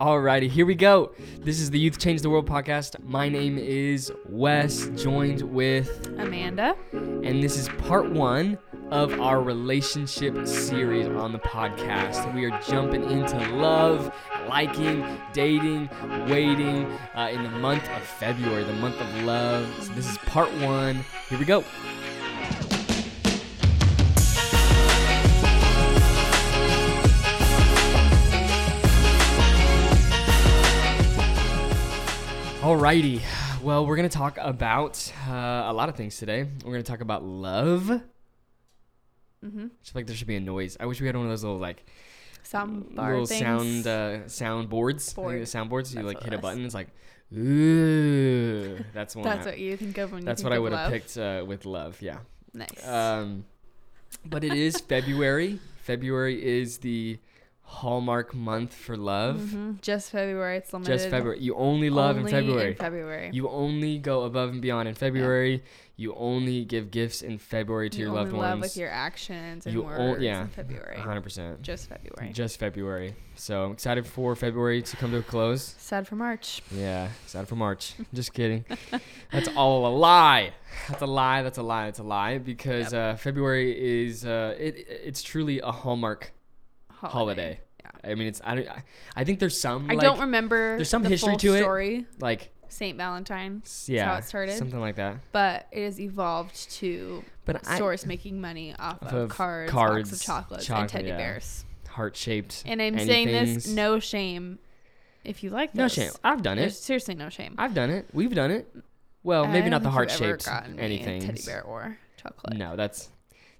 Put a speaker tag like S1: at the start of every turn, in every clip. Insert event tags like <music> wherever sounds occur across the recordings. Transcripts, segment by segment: S1: Alrighty, here we go. This is the Youth Change the World podcast. My name is Wes, joined with,
S2: Amanda.
S1: and this is part one of our relationship series on the podcast. We are jumping into love, liking, dating, waiting uh, in the month of February, the month of love. So this is part one. Here we go. Alrighty. Well, we're going to talk about uh, a lot of things today. We're going to talk about love. I
S2: Mm-hmm.
S1: just feel like there should be a noise. I wish we had one of those little like
S2: Soundbar
S1: little
S2: things.
S1: sound uh, sound boards. I
S2: Board.
S1: think the sound boards. You
S2: That's
S1: like
S2: what
S1: hit a
S2: it was.
S1: button. It's like ooh. That's the one.
S2: <laughs> That's
S1: I-
S2: what you think of when you
S1: that's
S2: think
S1: what I
S2: of
S1: would have
S2: love.
S1: picked uh, with love. Yeah.
S2: Nice.
S1: Um, but it is February. February is the hallmark month for love.
S2: Mhm. Just February. It's limited.
S1: Just February. You only love
S2: Only
S1: in February.
S2: February.
S1: You only go above and beyond in February. You only give gifts in February to
S2: You
S1: your loved
S2: only love
S1: ones.
S2: with your actions and
S1: You
S2: words
S1: o- yeah. Uh-huh.
S2: in February.
S1: 100%.
S2: Just February.
S1: Just February. So I'm excited for February to come to a close.
S2: Sad for March.
S1: Yeah, excited for
S2: <laughs>
S1: March. Just kidding. That's all a lie. That's a lie. That's a lie. That's a lie. Because uh, February is uh, it. It's truly a hallmark holiday.
S2: Holiday.
S1: I mean, it's I don't. I- I think there's some.
S2: I
S1: like,
S2: don't remember.
S1: there's some
S2: the
S1: history
S2: full
S1: to it.
S2: Story
S1: Like
S2: Saint Valentine,
S1: s- yeah.
S2: it started.
S1: Something like that.
S2: but it has evolved to
S1: But I
S2: source making money off
S1: Off
S2: of,
S1: of
S2: cards,
S1: cards,
S2: box of chocolates,
S1: chocolate,
S2: and teddy
S1: yeah.
S2: bears.
S1: heart shaped.
S2: And I'm saying this no shame. If you like
S1: No
S2: those,
S1: shame. I've done
S2: There's
S1: it.
S2: seriously no shame.
S1: I've done it. We've done it. Well,
S2: I
S1: maybe
S2: don't
S1: not the
S2: think
S1: heart
S2: you've ever
S1: shaped
S2: gotten me a
S1: anything.
S2: Teddy bear or chocolate.
S1: No, that's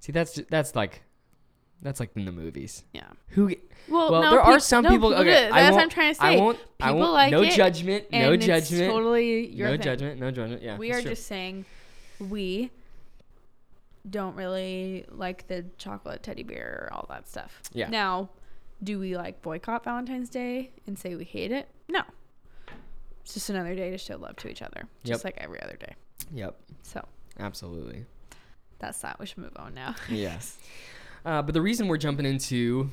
S1: see that's ju- that's like that's like in the movies.
S2: Yeah.
S1: Who
S2: Well,
S1: well
S2: no,
S1: there are
S2: peop-
S1: some
S2: no,
S1: people
S2: do.
S1: okay,
S2: That's
S1: I won't,
S2: what I'm trying to say.
S1: I won't, I
S2: People
S1: won't-
S2: like
S1: no
S2: it,
S1: judgment,
S2: and
S1: no
S2: it's
S1: judgment.
S2: Totally your
S1: no
S2: thing.
S1: judgment, no judgment. Yeah.
S2: We
S1: it's
S2: are
S1: true.
S2: just saying we don't really like the chocolate teddy bear or all that stuff.
S1: Yeah.
S2: Now, do we like boycott Valentine's Day and say we hate it? No. It's just another day to show love to each other, just like every other day.
S1: Yep.
S2: So
S1: Absolutely.
S2: that's that. We should move on now. <laughs>
S1: Yes. Uh, but the reason we're jumping into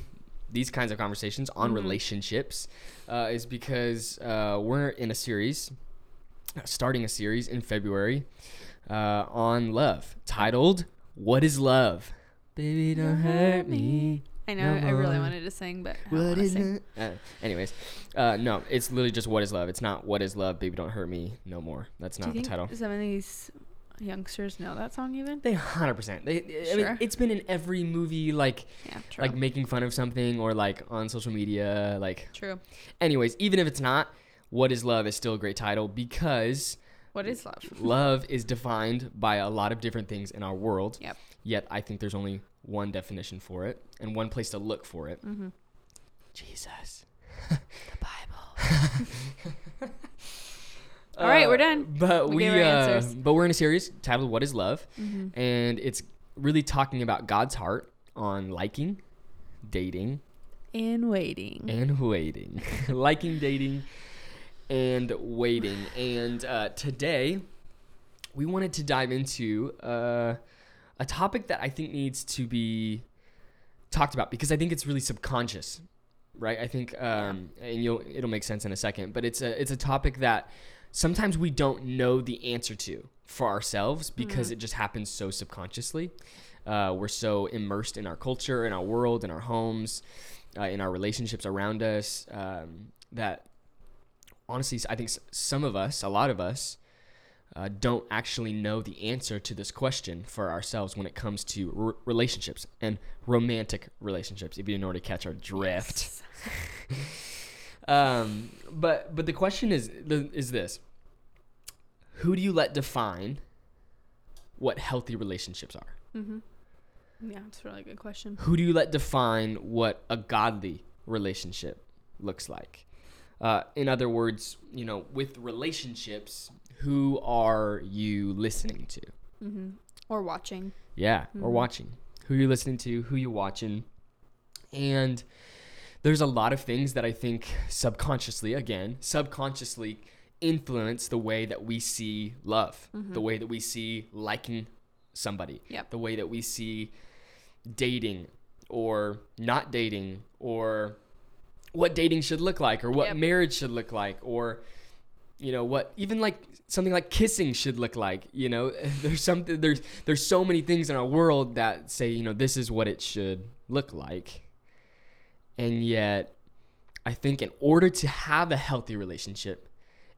S1: these kinds of conversations on
S2: Mm-hmm.
S1: relationships uh, is because uh, we're in a series, uh, starting a series in February uh, on love, titled "What Is Love." Baby, don't hurt me.
S2: I know
S1: No
S2: I really
S1: more.
S2: wanted to sing, but I don't
S1: What
S2: wanna
S1: is
S2: sing.
S1: it? Uh, anyways, uh, no, it's literally just "What Is Love." It's not "What Is Love." Baby, don't hurt me no more. That's
S2: Do you
S1: not the
S2: think
S1: title.
S2: Some of these youngsters know that song even.
S1: They hundred percent. They. I mean,
S2: Sure.
S1: it's been in every movie, like
S2: Yeah, true.
S1: like making fun of something or like on social media like
S2: true.
S1: anyways even if it's not what is love is still a great title
S2: <laughs>
S1: because
S2: What is love?
S1: love is defined by a lot of different things in our world
S2: Yep.
S1: yet i think there's only one definition for it and one place to look for it
S2: Mhm.
S1: <laughs> jesus
S2: The Bible. <laughs> All right, we're done.
S1: but we,
S2: We gave our
S1: uh,
S2: answers.
S1: but we're in a series titled what is love
S2: Mm-hmm.
S1: and it's really talking about god's heart on liking dating
S2: In waiting.
S1: and waiting, <laughs> liking, dating, and waiting. And uh, today, we wanted to dive into uh, a topic that I think needs to be talked about because I think it's really subconscious, right? I think, um, and you'll it'll make sense in a second. But it's a it's a topic that sometimes we don't know the answer to for ourselves because it just happens so subconsciously. Uh, we're so immersed in our culture, in our world, in our homes, uh, in our relationships around us um, that honestly, I think s- some of us, a lot of us, uh, don't actually know the answer to this question for ourselves when it comes to r- relationships and romantic relationships. If you didn't already catch our drift,
S2: Yes.
S1: um, but but the question is the- is this: Who do you let define what healthy relationships are?
S2: Yeah, it's a really good question.
S1: Who do you let define what a godly relationship looks like? Uh, in other words, you know, with relationships, who are you listening to?
S2: Or watching.
S1: Yeah,
S2: Mm-hmm.
S1: or watching. Who you listening to, who you watching. And there's a lot of things that I think subconsciously, again, subconsciously influence the way that we see love, the way that we see liking somebody,
S2: Mm-hmm. Yep.
S1: the way that we see dating or not dating or what dating should look like or what
S2: Yep.
S1: marriage should look like or you know what even like something like kissing should look like you know <laughs> there's something there's there's so many things in our world that say you know this is what it should look like and yet i think in order to have a healthy relationship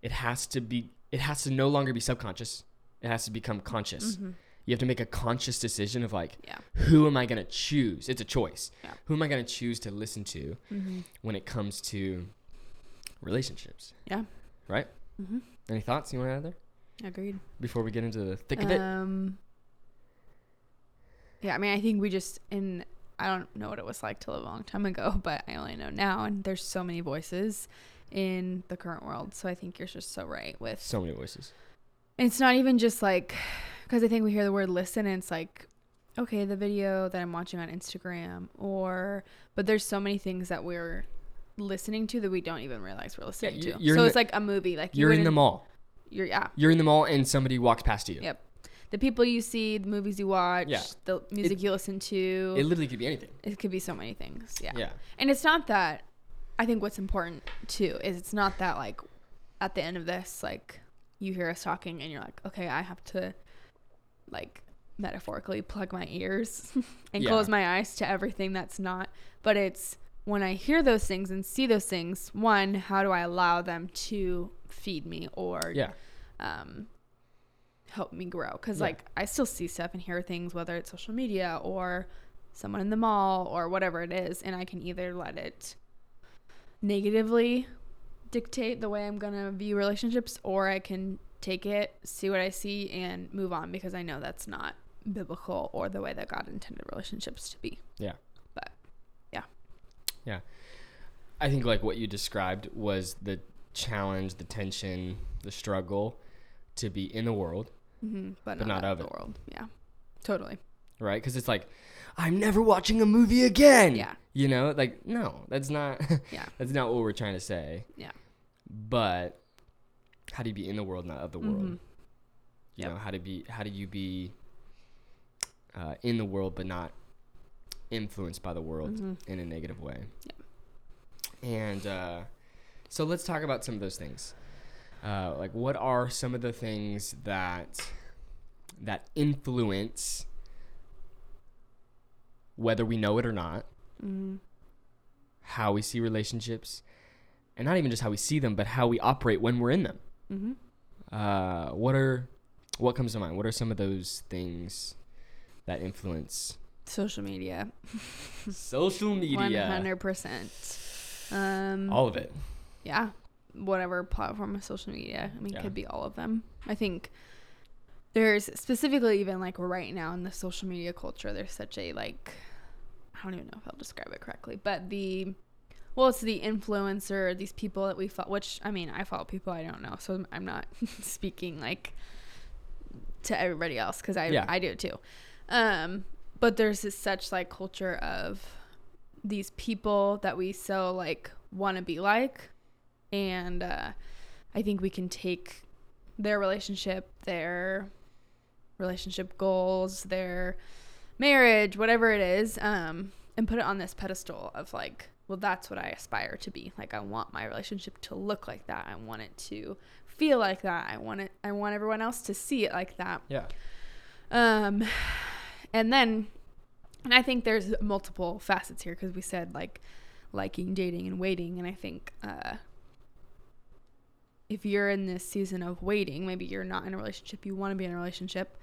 S1: it has to be it has to no longer be subconscious it has to become conscious you have to make a conscious decision of like
S2: Mm-hmm. Yeah.
S1: who am i going to choose it's a choice
S2: Yeah.
S1: who am i going to choose to listen to when it comes to relationships
S2: Yeah.
S1: right
S2: Mm-hmm.
S1: any thoughts you want to add there
S2: Agreed.
S1: before we get into the thick of it
S2: Um, yeah, I mean, I think we just in I don't know what it was like till a long time ago, <laughs> but I only know now. And there's so many voices in the current world, so I think you're just so right with
S1: so many voices
S2: it's not even just like because i think we hear the word listen and it's like okay the video that i'm watching on instagram or but there's so many things that we're listening to that we don't even realize we're listening
S1: you-
S2: to
S1: you're
S2: so
S1: in
S2: it's
S1: the-
S2: like a movie like you
S1: you're in the
S2: wouldn't-
S1: mall
S2: you're yeah
S1: you're in the mall and somebody walks past you
S2: yep the people you see the movies you watch
S1: Yeah.
S2: the music you listen to
S1: it literally could be anything
S2: it could be so many things yeah.
S1: yeah
S2: and it's not that i think what's important too is it's not that like at the end of this like you hear us talking and you're like okay i have to like metaphorically plug my ears <laughs> and
S1: Yeah.
S2: close my eyes to everything that's not but it's when i hear those things and see those things one how do i allow them to feed me or
S1: yeah
S2: um, help me grow because
S1: Yeah.
S2: like i still see stuff and hear things whether it's social media or someone in the mall or whatever it is and i can either let it negatively dictate the way i'm gonna view relationships or i can take it see what i see and move on because i know that's not biblical or the way that god intended relationships to be
S1: yeah
S2: but
S1: I think like what you described was the challenge, the tension, the struggle to be in the world,
S2: mhm, but,
S1: But
S2: not,
S1: not
S2: of
S1: of
S2: the
S1: it.
S2: world yeah totally
S1: right? Because it's like, I'm never watching a movie again.
S2: Yeah.
S1: You know, like no, that's not. <laughs>
S2: Yeah.
S1: That's not what we're trying to say.
S2: Yeah.
S1: But how do you be in the world, not of the world?
S2: Mhm.
S1: You
S2: Yep.
S1: know how to be? How do you be uh, in the world but not influenced by the world
S2: Mhm.
S1: in a negative way? And uh, so let's talk about some of those things. Uh, like, what are some of the things that that influence, whether we know it or not,
S2: Mhm.
S1: how we see relationships, and not even just how we see them, but how we operate when we're in them?
S2: Mhm.
S1: Uh, what are what comes to mind? What are some of those things that
S2: <laughs>
S1: influence
S2: social media
S1: social media?
S2: 100% um
S1: All of it.
S2: yeah whatever platform of social media i mean
S1: Yeah.
S2: could be all of them i think there's specifically even like right now in the social media culture there's such a like i don't even know if i'll describe it correctly but the well it's the influencer these people that we follow which i mean i follow people i don't know so i'm not <laughs> speaking like to everybody else because I,
S1: Yeah.
S2: I do it too um but there's this such like culture of these people that we so like want to be like and uh, i think we can take their relationship their relationship goals their marriage whatever it is um, and put it on this pedestal of like well that's what i aspire to be like i want my relationship to look like that i want it to feel like that i want it i want everyone else to see it like that
S1: Yeah.
S2: um, and then, and I think there's multiple facets here because we said like liking, dating, and waiting. And I think uh, if you're in this season of waiting, maybe you're not in a relationship, you want to be in a relationship.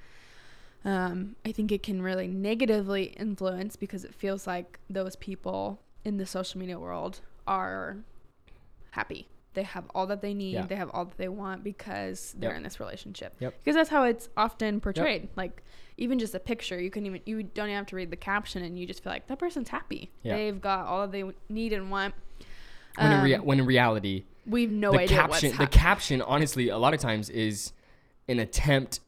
S2: Um, I think it can really negatively influence because it feels like those people in the social media world are happy. They have all that they need.
S1: Yeah.
S2: They have all that they want because they're
S1: Yep.
S2: in this relationship
S1: Yep.
S2: because that's how it's often portrayed like even just a picture you can even you don't even have to read the caption and you just feel like that person's happy
S1: Yeah.
S2: they've got all that they need and want
S1: When in, rea-
S2: Um,
S1: when in reality,
S2: we've no
S1: the
S2: idea
S1: caption
S2: what's
S1: the
S2: happening
S1: caption honestly a lot of times is an attempt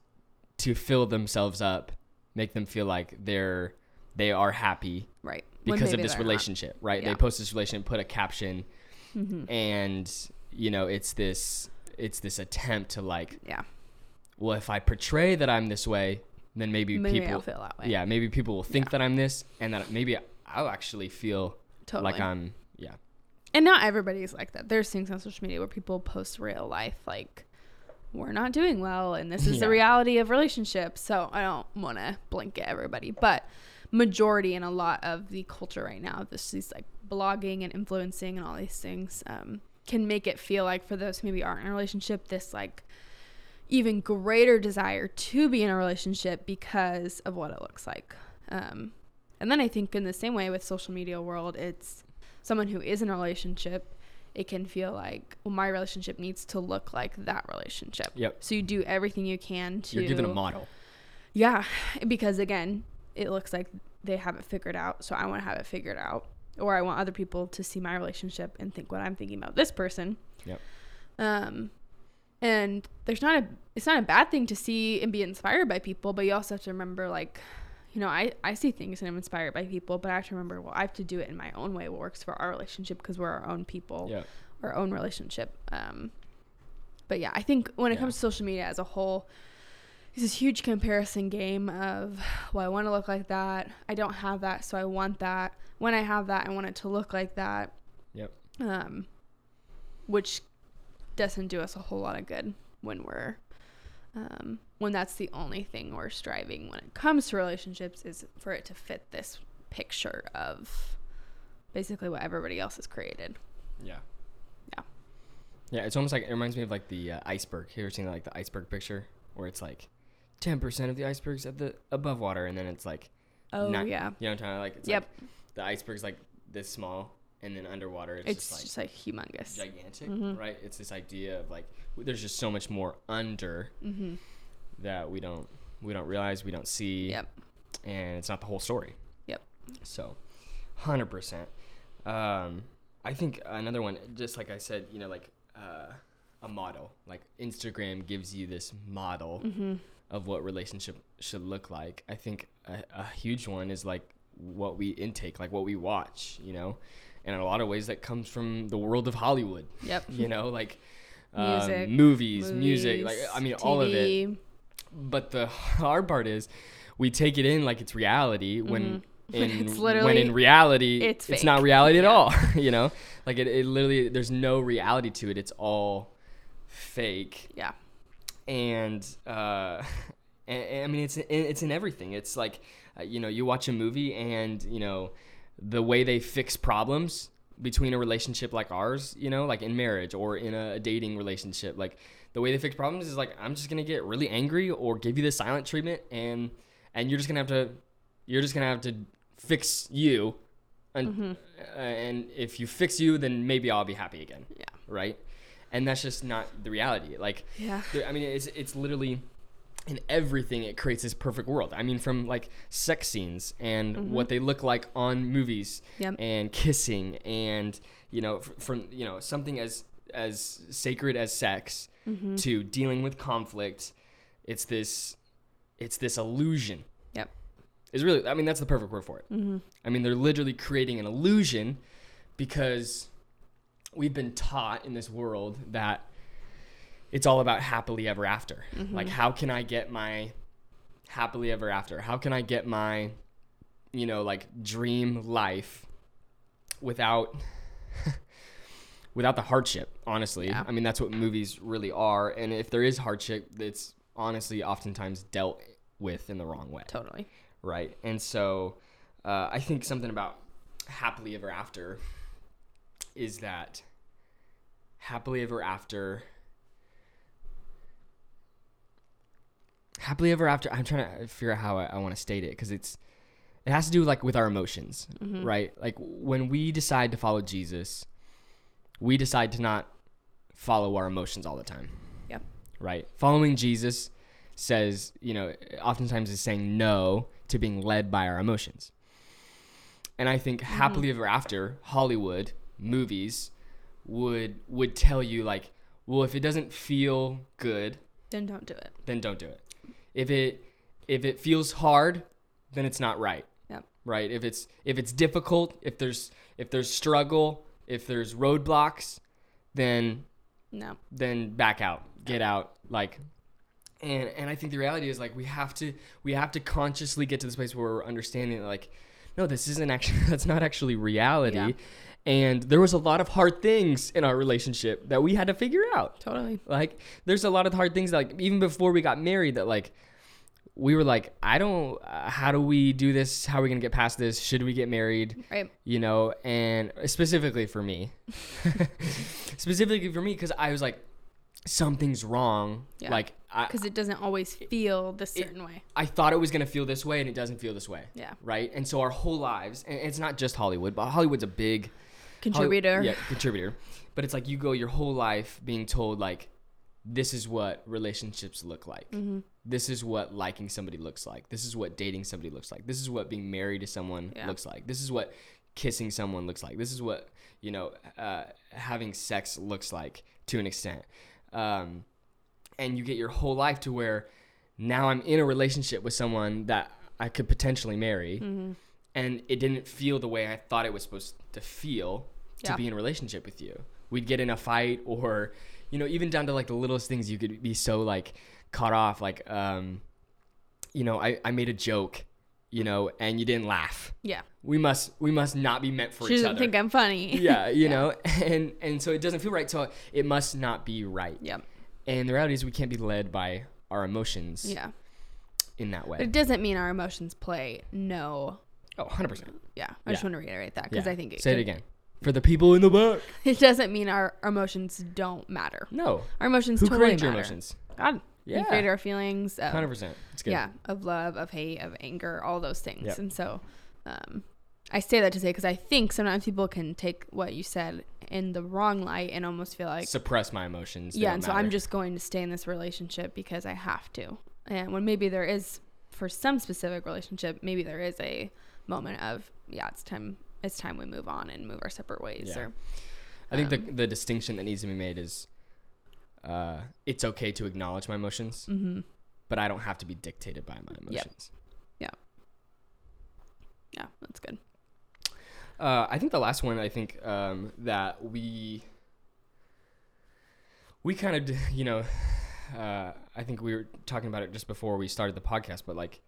S1: to fill themselves up make them feel like they're they are happy
S2: right when
S1: because of
S2: maybe
S1: this
S2: they're not.
S1: relationship right
S2: Yeah.
S1: they post this relationship put a caption
S2: Mm-hmm.
S1: and you know it's this it's this attempt to like
S2: yeah
S1: well if i portray that i'm this way then maybe,
S2: maybe
S1: people
S2: i'll feel that way
S1: yeah maybe people will think that i'm this and that maybe i'll actually feel
S2: totally
S1: like i'm yeah
S2: and not everybody's like that. There's things on social media where people post real life, like we're not doing well, and this is
S1: Yeah.
S2: the reality of relationships. So I don't want to blanket everybody, but majority and a lot of the culture right now, this is like blogging and influencing and all these things, um, can make it feel like for those who maybe aren't in a relationship, this like even greater desire to be in a relationship because of what it looks like. Um, and then I think in the same way with social media world, it's someone who is in a relationship, it can feel like well, my relationship needs to look like that relationship.
S1: Yep.
S2: So you do everything you can to
S1: You're given a model.
S2: yeah, <laughs> because again, it looks like they have it figured out, so I want to have it figured out, or I want other people to see my relationship and think what I'm thinking about this person.
S1: Yep.
S2: Um, and there's not a it's not a bad thing to see and be inspired by people, but you also have to remember like, you know, I I see things and I'm inspired by people, but I have to remember well I have to do it in my own way. What works for our relationship because we're our own people
S1: Yeah.
S2: our own relationship. Um, but yeah, I think when it
S1: Yeah.
S2: comes to social media as a whole, it's this huge comparison game of, well, I want to look like that. I don't have that, so I want that. When I have that, I want it to look like that.
S1: Yep.
S2: Um, which doesn't do us a whole lot of good when we're um, when that's the only thing we're striving when it comes to relationships is for it to fit this picture of basically what everybody else has created.
S1: Yeah.
S2: Yeah.
S1: Yeah, it's almost like it reminds me of like the uh, iceberg. Have you ever seen like the iceberg picture where it's like ten percent of the iceberg's at the above water, and then it's like
S2: Oh
S1: not-
S2: yeah.
S1: you know what I'm trying to like. It's
S2: Yep.
S1: Like the iceberg's like this small, and then underwater it's,
S2: It's,
S1: just like
S2: just like, humongous.
S1: gigantic,
S2: Mhm.
S1: right? It's this idea of like w- there's just so much more under
S2: mm-hmm.
S1: that we don't we don't realize, we don't see,
S2: Yep.
S1: and it's not the whole story.
S2: Yep.
S1: So, hundred percent. Um, I think another one, just like I said, you know, like uh, a model. Like Instagram gives you this model
S2: Mm-hmm.
S1: of what relationship should look like. I think a, a huge one is like what we intake, like what we watch. You know, and in a lot of ways that comes from the world of Hollywood.
S2: Yep.
S1: You know, like. um,
S2: <laughs> Music,
S1: movies, music, like
S2: Movies,
S1: I mean, all of it
S2: TV.
S1: but the <laughs> hard part is we take it in like it's reality when
S2: <laughs>
S1: in,
S2: Mm-hmm. It's
S1: when
S2: literally-
S1: in reality
S2: it's
S1: it's, not
S2: fake.
S1: reality at all <laughs> you
S2: <laughs>
S1: know like it, it literally there's no reality to it it's all fake
S2: Yeah.
S1: and uh <laughs> and, and, i mean it's in, it's in everything it's like uh, you know you watch a movie and you know the way they fix problems between a relationship like ours you know like in marriage or in a, dating relationship like the way they fix problems is like i'm just gonna get really angry or give you the silent treatment and and you're just gonna have to you're just gonna have to fix you and uh, and if you fix you then maybe i'll be happy again
S2: Yeah.
S1: right and that's just not the reality like
S2: Yeah.
S1: there- I mean, it's it's literally in everything it creates this perfect world. I mean, from like sex scenes and what they look like on movies
S2: Mm-hmm. Yep.
S1: and kissing and you know f- from you know something as as sacred as sex
S2: Mm-hmm.
S1: to dealing with conflict. It's this it's this illusion.
S2: Yep.
S1: Is really I mean that's the perfect word for it. I mean, they're literally creating an illusion because we've been taught in this world that it's all about happily ever after. Like, how can I get my happily ever after? How can I get my, you know, like dream life without <laughs> without the hardship, honestly.
S2: Yeah.
S1: I mean, that's what movies really are. And if there is hardship, it's honestly oftentimes dealt with in the wrong way
S2: Totally.
S1: right? And so uh, I think something about happily ever after is that happily ever after. Happily ever after. I'm trying to figure out how I, I want to state it because it's it has to do like with our emotions, right? Like when we decide to follow Jesus, we decide to not follow our emotions all the time
S2: Yep.
S1: right? Following Jesus says, you know, oftentimes is saying no to being led by our emotions. And I think happily ever after, Hollywood movies would would tell you like, well, if it doesn't feel good,
S2: Then don't do it.
S1: then don't do it. If it if it feels hard, then it's not right.
S2: Yep.
S1: Right? If it's if it's difficult, if there's if there's struggle, if there's roadblocks, then
S2: No.
S1: then back out get out like and and i think the reality is like we have to we have to <laughs> consciously get to this place where we're understanding like no this isn't actually that's not actually reality
S2: Yeah.
S1: And there was a lot of hard things in our relationship that we had to figure out.
S2: Totally.
S1: Like there's a lot of hard things that like even before we got married that like we were like I don't uh, how do we do this? How are we going to get past this? Should we get married?
S2: Right.
S1: You know, and specifically for me. <laughs> specifically for me cuz I was like something's wrong.
S2: Yeah.
S1: Like I
S2: Because it doesn't always feel the certain way.
S1: I thought it was going to feel this way and it doesn't feel this way.
S2: Yeah.
S1: Right? And so our whole lives and it's not just Hollywood, but Hollywood's a big Holly-
S2: Contributor.
S1: yeah, contributor. But it's like you go your whole life being told like, this is what relationships look like.
S2: Mm-hmm.
S1: This is what liking somebody looks like. This is what dating somebody looks like. This is what being married to someone
S2: Yeah.
S1: looks like. This is what kissing someone looks like. This is what you know uh, having sex looks like to an extent. Um, and you get your whole life to where now I'm in a relationship with someone that I could potentially marry,
S2: Mm-hmm.
S1: and it didn't feel the way I thought it was supposed to feel to
S2: Yeah.
S1: be in a relationship with you. We'd get in a fight, or you know, even down to like the littlest things, you could be so like caught off. Like, um, you know, I I made a joke, you know, and you didn't laugh.
S2: Yeah.
S1: We must we must not be meant for
S2: She
S1: each
S2: doesn't
S1: other.
S2: <laughs> think I'm funny.
S1: <laughs> yeah, you know, and and so it doesn't feel right. So it must not be right.
S2: Yep.
S1: And the reality is, we can't be led by our emotions
S2: Yeah.
S1: in that
S2: But
S1: way.
S2: it doesn't mean our emotions play no.
S1: Oh, 100%.
S2: Yeah. I just
S1: Yeah.
S2: want to reiterate that because
S1: Yeah.
S2: I think it,
S1: Say
S2: could-
S1: it again. For the people in the back.
S2: <laughs> it doesn't mean our emotions don't matter.
S1: No.
S2: Our emotions
S1: Who
S2: totally
S1: created your
S2: matter.
S1: emotions?
S2: God.
S1: Yeah.
S2: He created our feelings. uh, Of,
S1: 100%. It's good.
S2: Yeah. Of love, of hate, of anger, all those things.
S1: Yep.
S2: And so um, I say that to say because I think sometimes people can take what you said in the wrong light and almost feel like,
S1: Suppress my emotions. They
S2: yeah.
S1: don't
S2: And so I'm
S1: matter.
S2: just going to stay in this relationship because I have to. And when maybe there is, for some specific relationship, maybe there is a moment of, yeah, it's time. It's time we move on and move our separate ways.
S1: Yeah.
S2: Or
S1: I think
S2: um,
S1: the, the distinction that needs to be made is uh, it's okay to acknowledge my emotions,
S2: mm-hmm.
S1: but I don't have to be dictated by my emotions.
S2: yeah, that's good.
S1: Uh, I think the last one, I think um, that we. We kind of, d- you know, uh, I think we were talking about it just before we started the podcast, but like,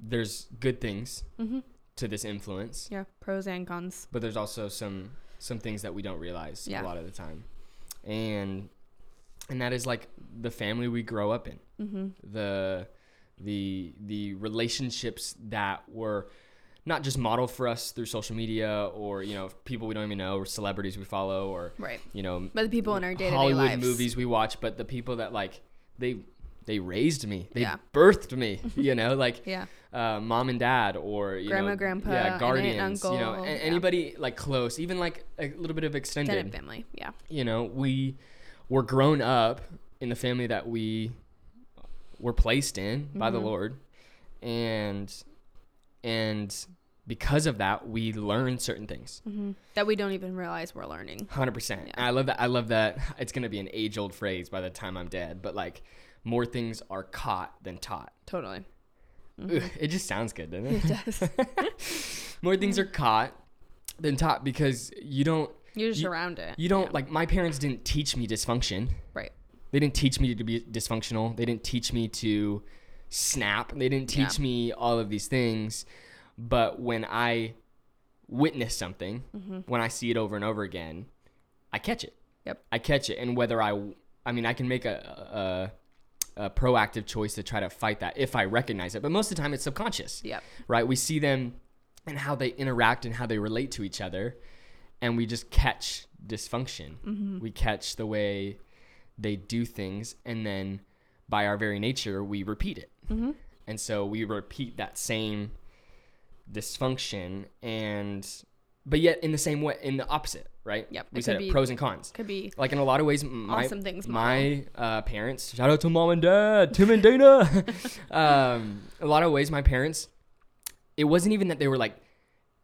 S1: there's good things
S2: Mm-hmm.
S1: to this influence.
S2: Yeah, pros and cons.
S1: but there's also some some things that we don't realize
S2: Yeah.
S1: a lot of the time and and that is like the family we grow up in
S2: Mm-hmm.
S1: the the the relationships that were not just modeled for us through social media or you know people we don't even know or celebrities we follow or
S2: Right.
S1: you know
S2: But the people in our day to day
S1: Hollywood
S2: lives.
S1: movies we watch but the people that like they they raised me they
S2: Yeah.
S1: birthed me <laughs> you know like
S2: Yeah.
S1: uh, mom and dad or you
S2: Grandma,
S1: know,
S2: grandpa,
S1: yeah,
S2: and aunt,
S1: guardians, you know,
S2: uncle,
S1: a-
S2: yeah.
S1: anybody like close, even like a little bit of extended.
S2: Extended family. Yeah.
S1: You know, we were grown up in the family that we were placed in by the
S2: Mhm.
S1: Lord, and and because of that, we learn certain things.
S2: hmm That we don't even realize we're learning.
S1: Hundred percent.
S2: Yeah.
S1: I love that. I love that. It's gonna be an age old phrase by the time I'm dead, but like. More things are caught than taught.
S2: Totally. Mm-hmm.
S1: Ugh, <laughs> It just sounds good, doesn't it?
S2: <laughs>
S1: <laughs>
S2: It does.
S1: more things are caught than taught because you don't
S2: You're just
S1: You-
S2: around it.
S1: you don't like my parents didn't teach me dysfunction
S2: Right.
S1: they didn't teach me to be dysfunctional they didn't teach me to snap they didn't teach me all of these things but when i witness something when i see it over and over again i catch it
S2: Yep.
S1: i catch it and whether i i mean i can make a a, a proactive choice to try to fight that if i recognize it but most of the time it's subconscious
S2: Yep.
S1: right? We see them and how they interact and how they relate to each other, and we just catch dysfunction.
S2: Mm-hmm.
S1: We catch the way they do things, and then by our very nature, we repeat it.
S2: Mm-hmm.
S1: And so we repeat that same dysfunction, and but yet in the same way, in the opposite, right?
S2: Yep,
S1: We
S2: it
S1: said
S2: could
S1: it,
S2: be-
S1: pros and cons
S2: Could be.
S1: like in a lot of ways m- my,
S2: Awesome things, Mom.
S1: my uh, parents shout out to mom and dad tim and
S2: <laughs>
S1: dana um, a lot of ways my parents it wasn't even that they were like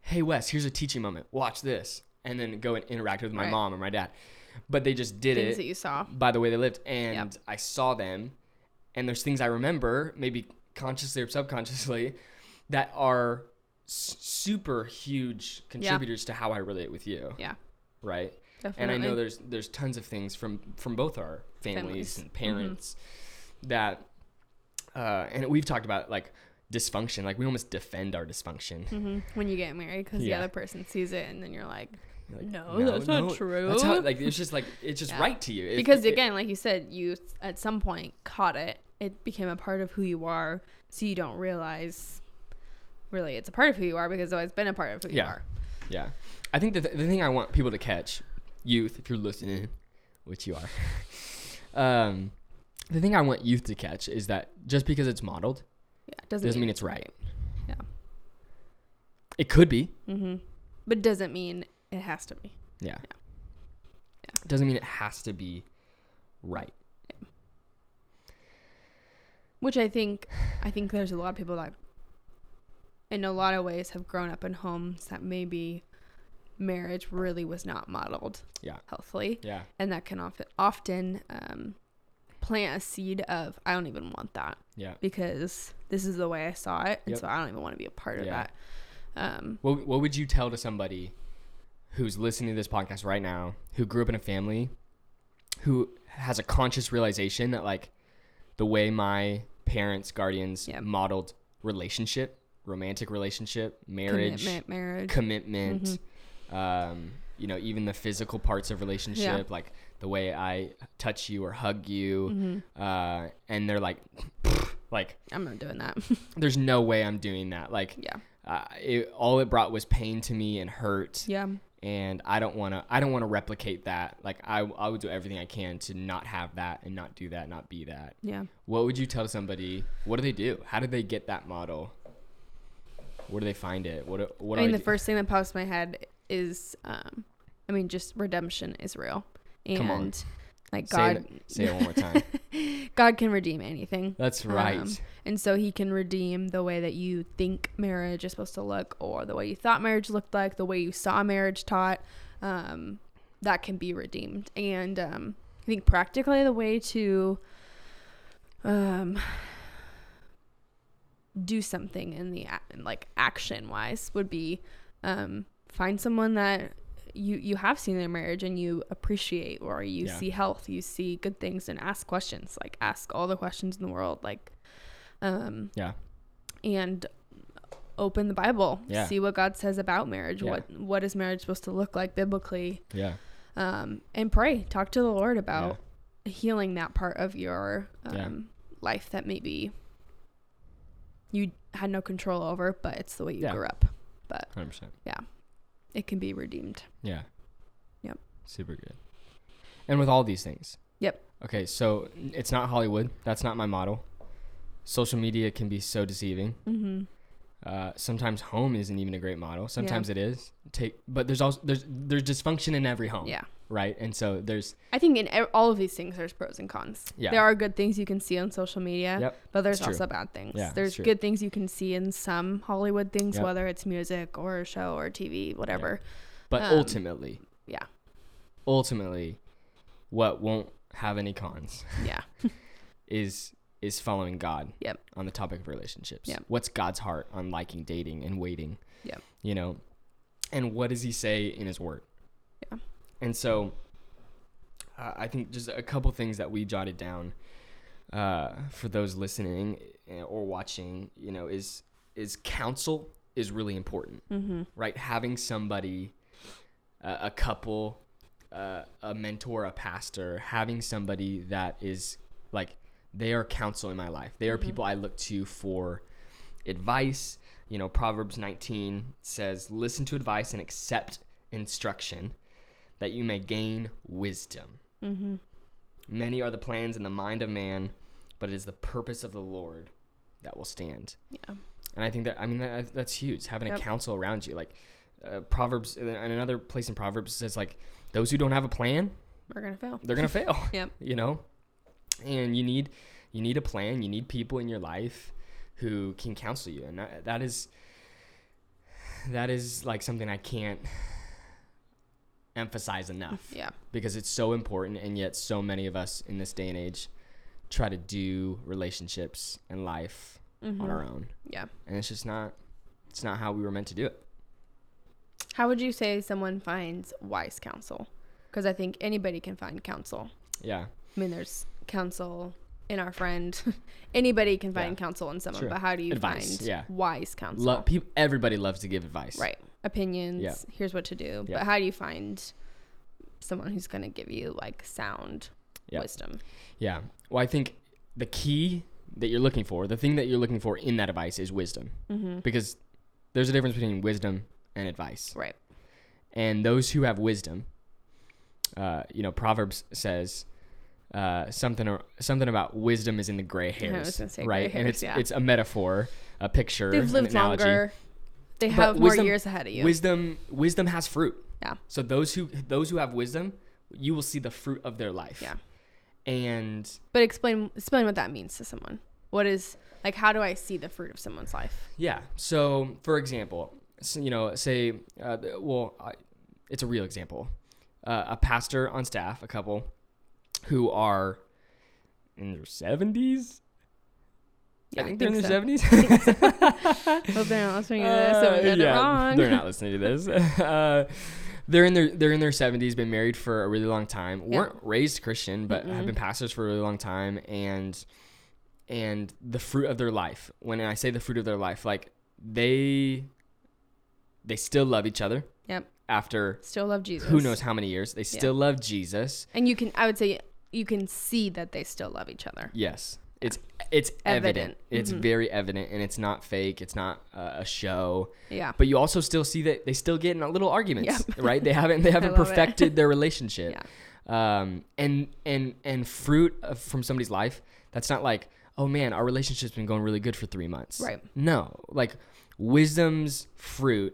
S1: hey wes here's a teaching moment watch this and then go and interact with my
S2: Right.
S1: mom and my dad but they just did
S2: Things
S1: it
S2: that you saw.
S1: by the way they lived and i saw them and there's things i remember maybe consciously or subconsciously that are s- super huge contributors to how i relate with you
S2: Yeah.
S1: right
S2: Definitely.
S1: and I know there's there's tons of things from from both our families,
S2: Families. Mm-hmm.
S1: and parents that uh, and we've talked about like dysfunction. Like we almost defend our dysfunction.
S2: hmm When you get married, because
S1: Yeah.
S2: the other person sees it, and then you're like,
S1: You're like,
S2: no, that's not true.
S1: That's how like it's just like it's just
S2: Yeah.
S1: right to you If-
S2: because
S1: if-
S2: again, like you said, you s- at some point caught it. It became a part of who you are, so you don't realize really it's a part of who you are because it's always been a part of who
S1: Yeah.
S2: you are.
S1: Yeah. I think the, th- the thing I want people to catch, youth, if you're listening, which you are, <laughs> um, the thing I want youth to catch is that just because it's modeled
S2: Yeah, it doesn't,
S1: doesn't mean
S2: mean,
S1: it's right.
S2: right.
S1: It could be.
S2: hmm but doesn't mean it has to be.
S1: Yeah.
S2: Yeah.
S1: It doesn't mean it has to be right.
S2: Which I think, I think there's a lot of people that, in a lot of ways, have grown up in homes that maybe marriage really was not modeled
S1: Yeah.
S2: healthily.
S1: Yeah.
S2: and that can often often um, plant a seed of I don't even want that
S1: Yeah.
S2: because this is the way I saw it, and
S1: Yep.
S2: so I don't even want to be a part of
S1: Yeah.
S2: that. Um,
S1: What, what would you tell to somebody who's listening to this podcast right now, who grew up in a family, who has a conscious realization that, like, the way my parents, guardians
S2: Yeah.
S1: modeled relationship, romantic relationship, marriage,
S2: commitment, Mm-hmm. marriage.
S1: commitment, um, you know, even the physical parts of relationship, like the way I touch you or hug you, uh, and they're like, <laughs> like,
S2: Mm-hmm. I'm not doing that. <laughs>
S1: there's no way I'm doing that. Like,
S2: yeah,
S1: uh, it, all it brought was pain to me and hurt
S2: yeah,
S1: and i don't want to i don't want to replicate that like I, I would do everything i can to not have that and not do that not be that
S2: yeah.
S1: what would you tell somebody what do they do how do they get that model where do they find it what do- what
S2: I mean,
S1: do
S2: the
S1: do?
S2: first thing that pops in my head is, um, I mean, just redemption is real, and
S1: Come on.
S2: like
S1: say,
S2: God,
S1: it, say it one more
S2: <laughs>
S1: time
S2: God can redeem anything.
S1: that's right
S2: Um, and so he can redeem the way that you think marriage is supposed to look, or the way you thought marriage looked like, the way you saw marriage taught. Um, that can be redeemed. And um, I think practically the way to um, do something in the a- like action wise would be um, find someone that you you have seen in a marriage and you appreciate or you
S1: Yeah.
S2: see health you see good things and ask questions like ask all the questions in the world like um
S1: Yeah.
S2: and open the bible
S1: Yeah.
S2: see what god says about marriage
S1: Yeah.
S2: what what is marriage supposed to look like biblically
S1: yeah
S2: um and pray talk to the lord about healing that part of your um,
S1: Yeah.
S2: life that maybe you had no control over but it's the way you
S1: Yeah.
S2: grew up
S1: 100%
S2: it can be redeemed
S1: yeah
S2: Yep.
S1: super good and with all these things
S2: Yep.
S1: okay so it's not hollywood that's not my model social media can be so deceiving
S2: mm-hmm.
S1: Uh, sometimes home isn't even a great model. Sometimes it is. Take, but there's also there's there's dysfunction in every home,
S2: yeah
S1: right? And so there's
S2: I think in e- all of these things, there's pros and cons.
S1: Yeah.
S2: There are good things you can see on social media,
S1: Yep,
S2: but there's
S1: it's true.
S2: also bad things.
S1: Yeah, it's
S2: there's
S1: true.
S2: good things you can see in some Hollywood things,
S1: Yep.
S2: whether it's music or a show or TV, whatever.
S1: but
S2: Um,
S1: ultimately,
S2: yeah.
S1: ultimately, what won't have any cons
S2: Yeah.
S1: is is following God.
S2: Yep.
S1: On the topic of relationships.
S2: Yep.
S1: What's God's heart on liking dating and waiting?
S2: Yep.
S1: You know, and what does He say in His Word?
S2: Yeah.
S1: And so, uh, I think just a couple things that we jotted down uh, for those listening eh, or watching, you know, is is counsel is really important,
S2: Mm-hmm.
S1: right? Having somebody, uh, a couple, uh, a mentor, a pastor, having somebody that is like they are counsel in my life. They are
S2: Mm-hmm.
S1: people I look to for advice. You know, Proverbs 19 says, "Listen to advice and accept instruction, that you may gain wisdom."
S2: Mm-hmm.
S1: Many are the plans in the mind of man, but it is the purpose of the Lord that will stand.
S2: Yeah.
S1: And I think that I mean that, that's huge. Having
S2: Yep.
S1: a counsel around you, like uh, Proverbs, and another place in Proverbs says like, those who don't have a plan,
S2: We're going to fail.
S1: they're gonna
S2: <laughs>
S1: fail.
S2: Yep.
S1: <laughs> You know, and you need you need a plan. You need people in your life who can counsel you, and that, that is that is like something I can't emphasize enough
S2: Yeah.
S1: because it's so important and yet so many of us in this day and age try to do relationships and life
S2: Mm-hmm.
S1: on our own
S2: Yeah.
S1: and it's just not it's not how we were meant to do it
S2: How would you say someone finds wise counsel? Because I think anybody can find counsel.
S1: yeah
S2: I mean, there's counsel in our friend. <laughs> Anybody can find counsel in someone,
S1: True.
S2: but how do you
S1: Advice,
S2: find
S1: yeah.
S2: wise counsel?
S1: Lo- peop- everybody loves to give advice.
S2: Right. Opinions.
S1: Yeah.
S2: Here's what to do.
S1: Yeah.
S2: But how do you find someone who's going to give you like sound
S1: Yeah.
S2: wisdom?
S1: Yeah. Well, I think the key that you're looking for, the thing that you're looking for in that advice is wisdom.
S2: Mm-hmm.
S1: Because there's a difference between wisdom and advice.
S2: Right.
S1: And those who have wisdom, uh, you know, Proverbs says uh, something or something about wisdom is in the gray
S2: <laughs> I
S1: hairs,
S2: was gonna say gray
S1: right? and
S2: hairs,
S1: it's
S2: yeah.
S1: it's a metaphor, a picture,
S2: They've lived
S1: an analogy.
S2: longer. They
S1: But
S2: have more
S1: wisdom-
S2: years ahead of you.
S1: Wisdom wisdom has fruit.
S2: Yeah.
S1: So those who those who have wisdom, you will see the fruit of their life.
S2: Yeah.
S1: And
S2: but explain explain what that means to someone. What is like how do I see the fruit of someone's life?
S1: Yeah. So, for example, s you know, say, uh, th- well, I, it's a real example. Uh, a pastor on staff, a couple who are in their 70s. I think they're in their <laughs> 70s.
S2: Hope they're not listening to this.
S1: Uh,
S2: so we did it wrong.
S1: They're
S2: <laughs>
S1: not listening to this. <laughs> uh, they're in their they're in their 70s, been married for a really long time.
S2: Yeah.
S1: weren't raised Christian, but have
S2: Mm-mm.
S1: been pastors for a really long time, and and the fruit of their life. When I say the fruit of their life, like they they still love each other.
S2: Yep.
S1: After
S2: Still love Jesus.
S1: who knows how many years, they still love Jesus.
S2: And you can I would say you can see that they still love each other.
S1: Yes. It's it's evident.
S2: Evident.
S1: It's
S2: Mhm.
S1: very evident, and it's not fake. It's not uh, a show.
S2: Yeah.
S1: but you also still see that they still get in little arguments, <laughs> right? They haven't
S2: <laughs>
S1: they haven't
S2: love it.
S1: perfected their
S2: <laughs>
S1: relationship. Um, and and and fruit of, from somebody's life that's not like, oh man, our relationship's been going really good for three months.
S2: Right.
S1: No, like wisdom's fruit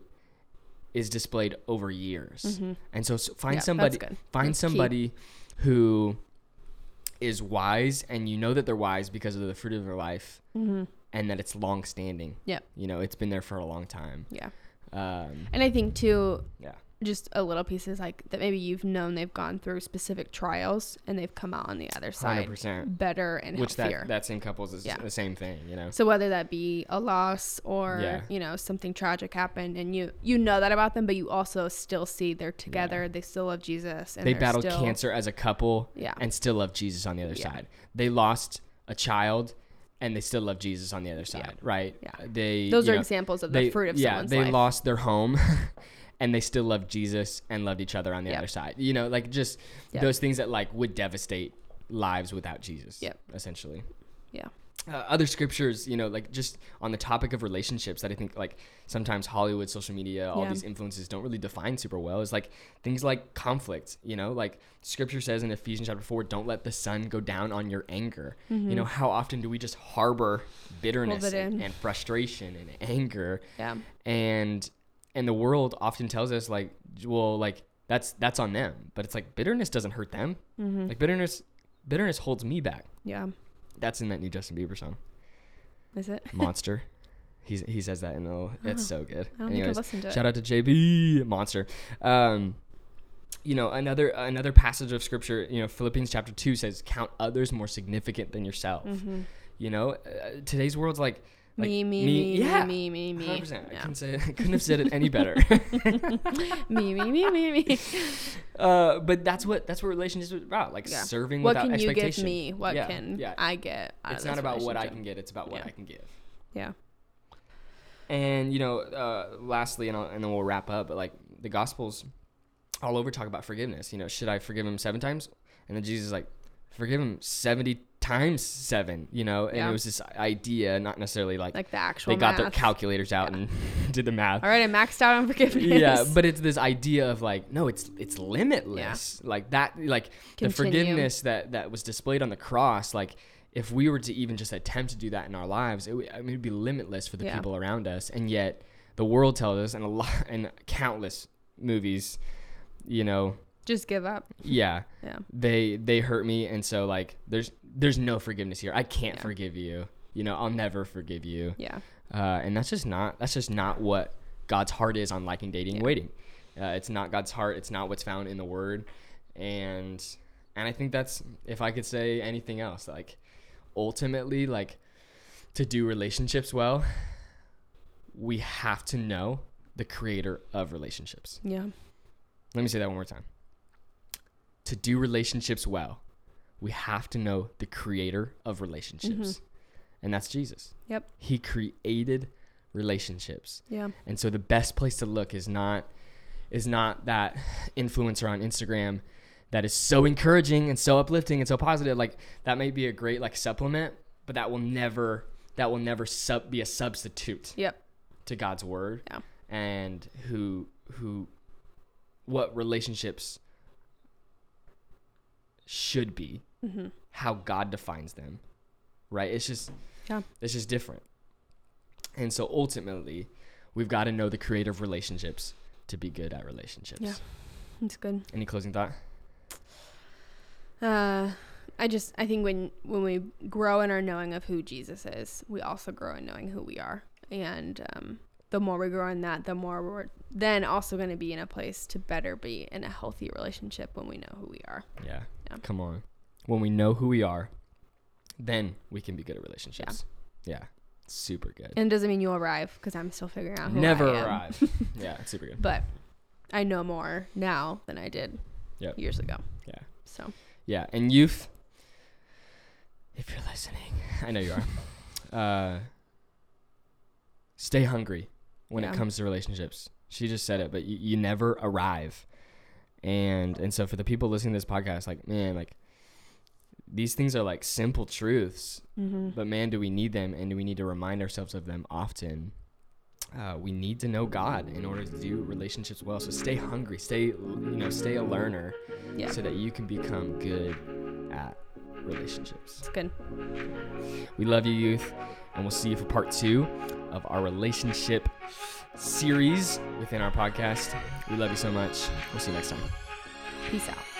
S1: is displayed over years, and so, so find
S2: Mm-hmm. Yeah, that's
S1: somebody
S2: good.
S1: find
S2: That's key.
S1: somebody who is wise, and you know that they're wise because of the fruit of their life,
S2: Mm-hmm.
S1: and that it's long standing.
S2: Yep.
S1: You know, it's been there for a long time.
S2: Yeah.
S1: Um,
S2: And I think too
S1: yeah.
S2: just a little piece is like that maybe you've known they've gone through specific trials and they've come out on the other side
S1: 100%.
S2: better and
S1: Which
S2: healthier.
S1: that, that same couples is
S2: Yeah.
S1: the same thing, you know?
S2: So whether that be a loss or
S1: Yeah.
S2: you know something tragic happened, and you you know that about them, but you also still see they're together. They still love Jesus. And
S1: They
S2: they're
S1: battled
S2: still-
S1: cancer as a couple
S2: Yeah.
S1: and still love Jesus on the other
S2: Yeah.
S1: side. They lost a child and they still love Jesus on the other side, right?
S2: Yeah.
S1: They
S2: Those
S1: you
S2: are
S1: know,
S2: examples of
S1: they-
S2: the fruit of
S1: yeah,
S2: someone's
S1: they
S2: life.
S1: lost their
S2: <laughs>
S1: home <laughs> and they still loved Jesus and loved each other on the
S2: Yep.
S1: other side. You know, like just
S2: Yep.
S1: those things that like would devastate lives without Jesus,
S2: Yep.
S1: essentially.
S2: yeah,
S1: uh, other scriptures, you know, like just on the topic of relationships that I think like sometimes Hollywood, social media, all
S2: Yeah.
S1: these influences don't really define super well is like things like conflict, you know, like scripture says in Ephesians chapter 4, don't let the sun go down on your anger. You know, how often do we just harbor bitterness
S2: Mm-hmm. it
S1: and,
S2: in.
S1: and frustration and anger?
S2: yeah,
S1: And and the world often tells us like, well, like that's that's on them, but it's like bitterness doesn't hurt them.
S2: Mm-hmm.
S1: Like bitterness bitterness holds me back.
S2: yeah.
S1: That's in that new Justin Bieber song
S2: Is it?
S1: monster. He's, he says that in the little- it's so good.
S2: Uh-huh. I don't think I've listened to it.
S1: shout out to JB Monster. Um, you know another another passage of scripture. You know Philippians chapter two says, "Count others more significant than yourself." You know uh, today's world's like, like
S2: Mm-hmm. me, me, me,
S1: yeah,
S2: me, me, me, me.
S1: 100%. I
S2: <laughs> Yeah.
S1: couldn't say I couldn't have said it
S2: <laughs>
S1: any better.
S2: me, me, me,
S1: <laughs>
S2: me, me.
S1: uh, but that's what that's what relationships is about, like
S2: Yeah.
S1: serving
S2: What
S1: without
S2: can you give
S1: expectation.
S2: me? What
S1: Yeah,
S2: can
S1: yeah.
S2: I get? Out
S1: it's
S2: of this
S1: not about what I can
S2: relationship?
S1: get; it's about what
S2: Yeah.
S1: I can give.
S2: Yeah.
S1: And you know, uh, lastly, and, I'll, and then we'll wrap up. But like the Gospels, all over talk about forgiveness. You know, should I forgive him seven times? And then Jesus is like, forgive him seventy times seven. You know, and
S2: Yeah.
S1: it was this idea, not necessarily like,
S2: Like the actual.
S1: they got their
S2: math.
S1: calculators out and <laughs> did the math.
S2: All right, I maxed out on <laughs> forgiveness.
S1: Yeah, but it's this idea of like, no, it's it's limitless. Like that, like the
S2: Continue.
S1: forgiveness that that was displayed on the cross. Like if we were to even just attempt to do that in our lives, it would I mean, it'd be limitless for the
S2: Yeah.
S1: people around us. And yet, the world tells us, and a lot, and countless movies, you know,
S2: just give up.
S1: yeah,
S2: Yeah.
S1: they they hurt me, and so like there's there's no forgiveness here. I can't
S2: Yeah.
S1: forgive you. You know, I'll never forgive you
S2: Yeah.
S1: uh, and that's just not that's just not what God's heart is on liking, dating, and
S2: Yeah.
S1: waiting. Uh, it's not God's heart. It's not what's found in the Word, and and I think that's if I could say anything else, like ultimately, like to do relationships well, we have to know the Creator of relationships.
S2: Yeah.
S1: Let me say that one more time. To do relationships well, we have to know the creator of relationships, and that's Jesus.
S2: Yep.
S1: He created relationships.
S2: Yeah.
S1: And so the best place to look is not is not that influencer on Instagram that is so encouraging and so uplifting and so positive. Like that may be a great like supplement, but that will never that will never sub be a substitute
S2: Yep.
S1: to God's word
S2: Yeah.
S1: and who who what relationships should be,
S2: Mm-hmm.
S1: how God defines them. Right? It's just
S2: Yeah.
S1: it's just different. And so ultimately, we've got to know the creative relationships to be good at relationships.
S2: Yeah. It's good.
S1: Any closing thought?
S2: Uh, I just I think when when we grow in our knowing of who Jesus is, we also grow in knowing who we are, and um, the more we grow in that, the more we're then also going to be in a place to better be in a healthy relationship when we know who we are.
S1: Yeah.
S2: Yeah.
S1: Come on. When we know who we are, then we can be good at relationships. Yeah. Super good.
S2: And it doesn't mean you'll arrive because I'm still figuring out who
S1: Never
S2: I am.
S1: arrive.
S2: <laughs>
S1: yeah, it's super good.
S2: but I know more now than I did
S1: Yep.
S2: years ago.
S1: Yeah.
S2: So
S1: Yeah, and youth, if you're listening, I know you are. uh, stay hungry when
S2: Yeah.
S1: it comes to relationships. She just said it, but you, you never arrive, and and so for the people listening to this podcast, like man, like these things are like simple truths,
S2: mm-hmm.
S1: but man, do we need them, and do we need to remind ourselves of them often? Uh, we need to know God in order to do relationships well. So stay hungry, stay you know, stay a learner
S2: yeah,
S1: so that you can become good at relationships.
S2: it's good.
S1: We love you, youth, and we'll see you for part two of our relationship series within our podcast. We love you so much. We'll see you next time.
S2: Peace out.